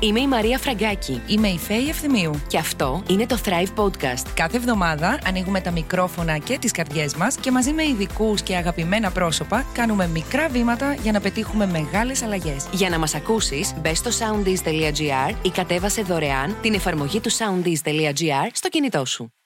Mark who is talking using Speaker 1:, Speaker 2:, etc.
Speaker 1: Είμαι η Μαρία Φραγκάκη
Speaker 2: Είμαι η Φέη Ευθυμίου.
Speaker 1: και αυτό είναι το Thrive Podcast.
Speaker 2: Κάθε εβδομάδα ανοίγουμε τα μικρόφωνα και τις καρδιές μας και μαζί με ειδικούς και αγαπημένα πρόσωπα κάνουμε μικρά βήματα για να πετύχουμε μεγάλες αλλαγές.
Speaker 1: Για να μας ακούσεις, μπες στο soundees.gr ή κατέβασε δωρεάν την εφαρμογή του soundees.gr στο κινητό σου.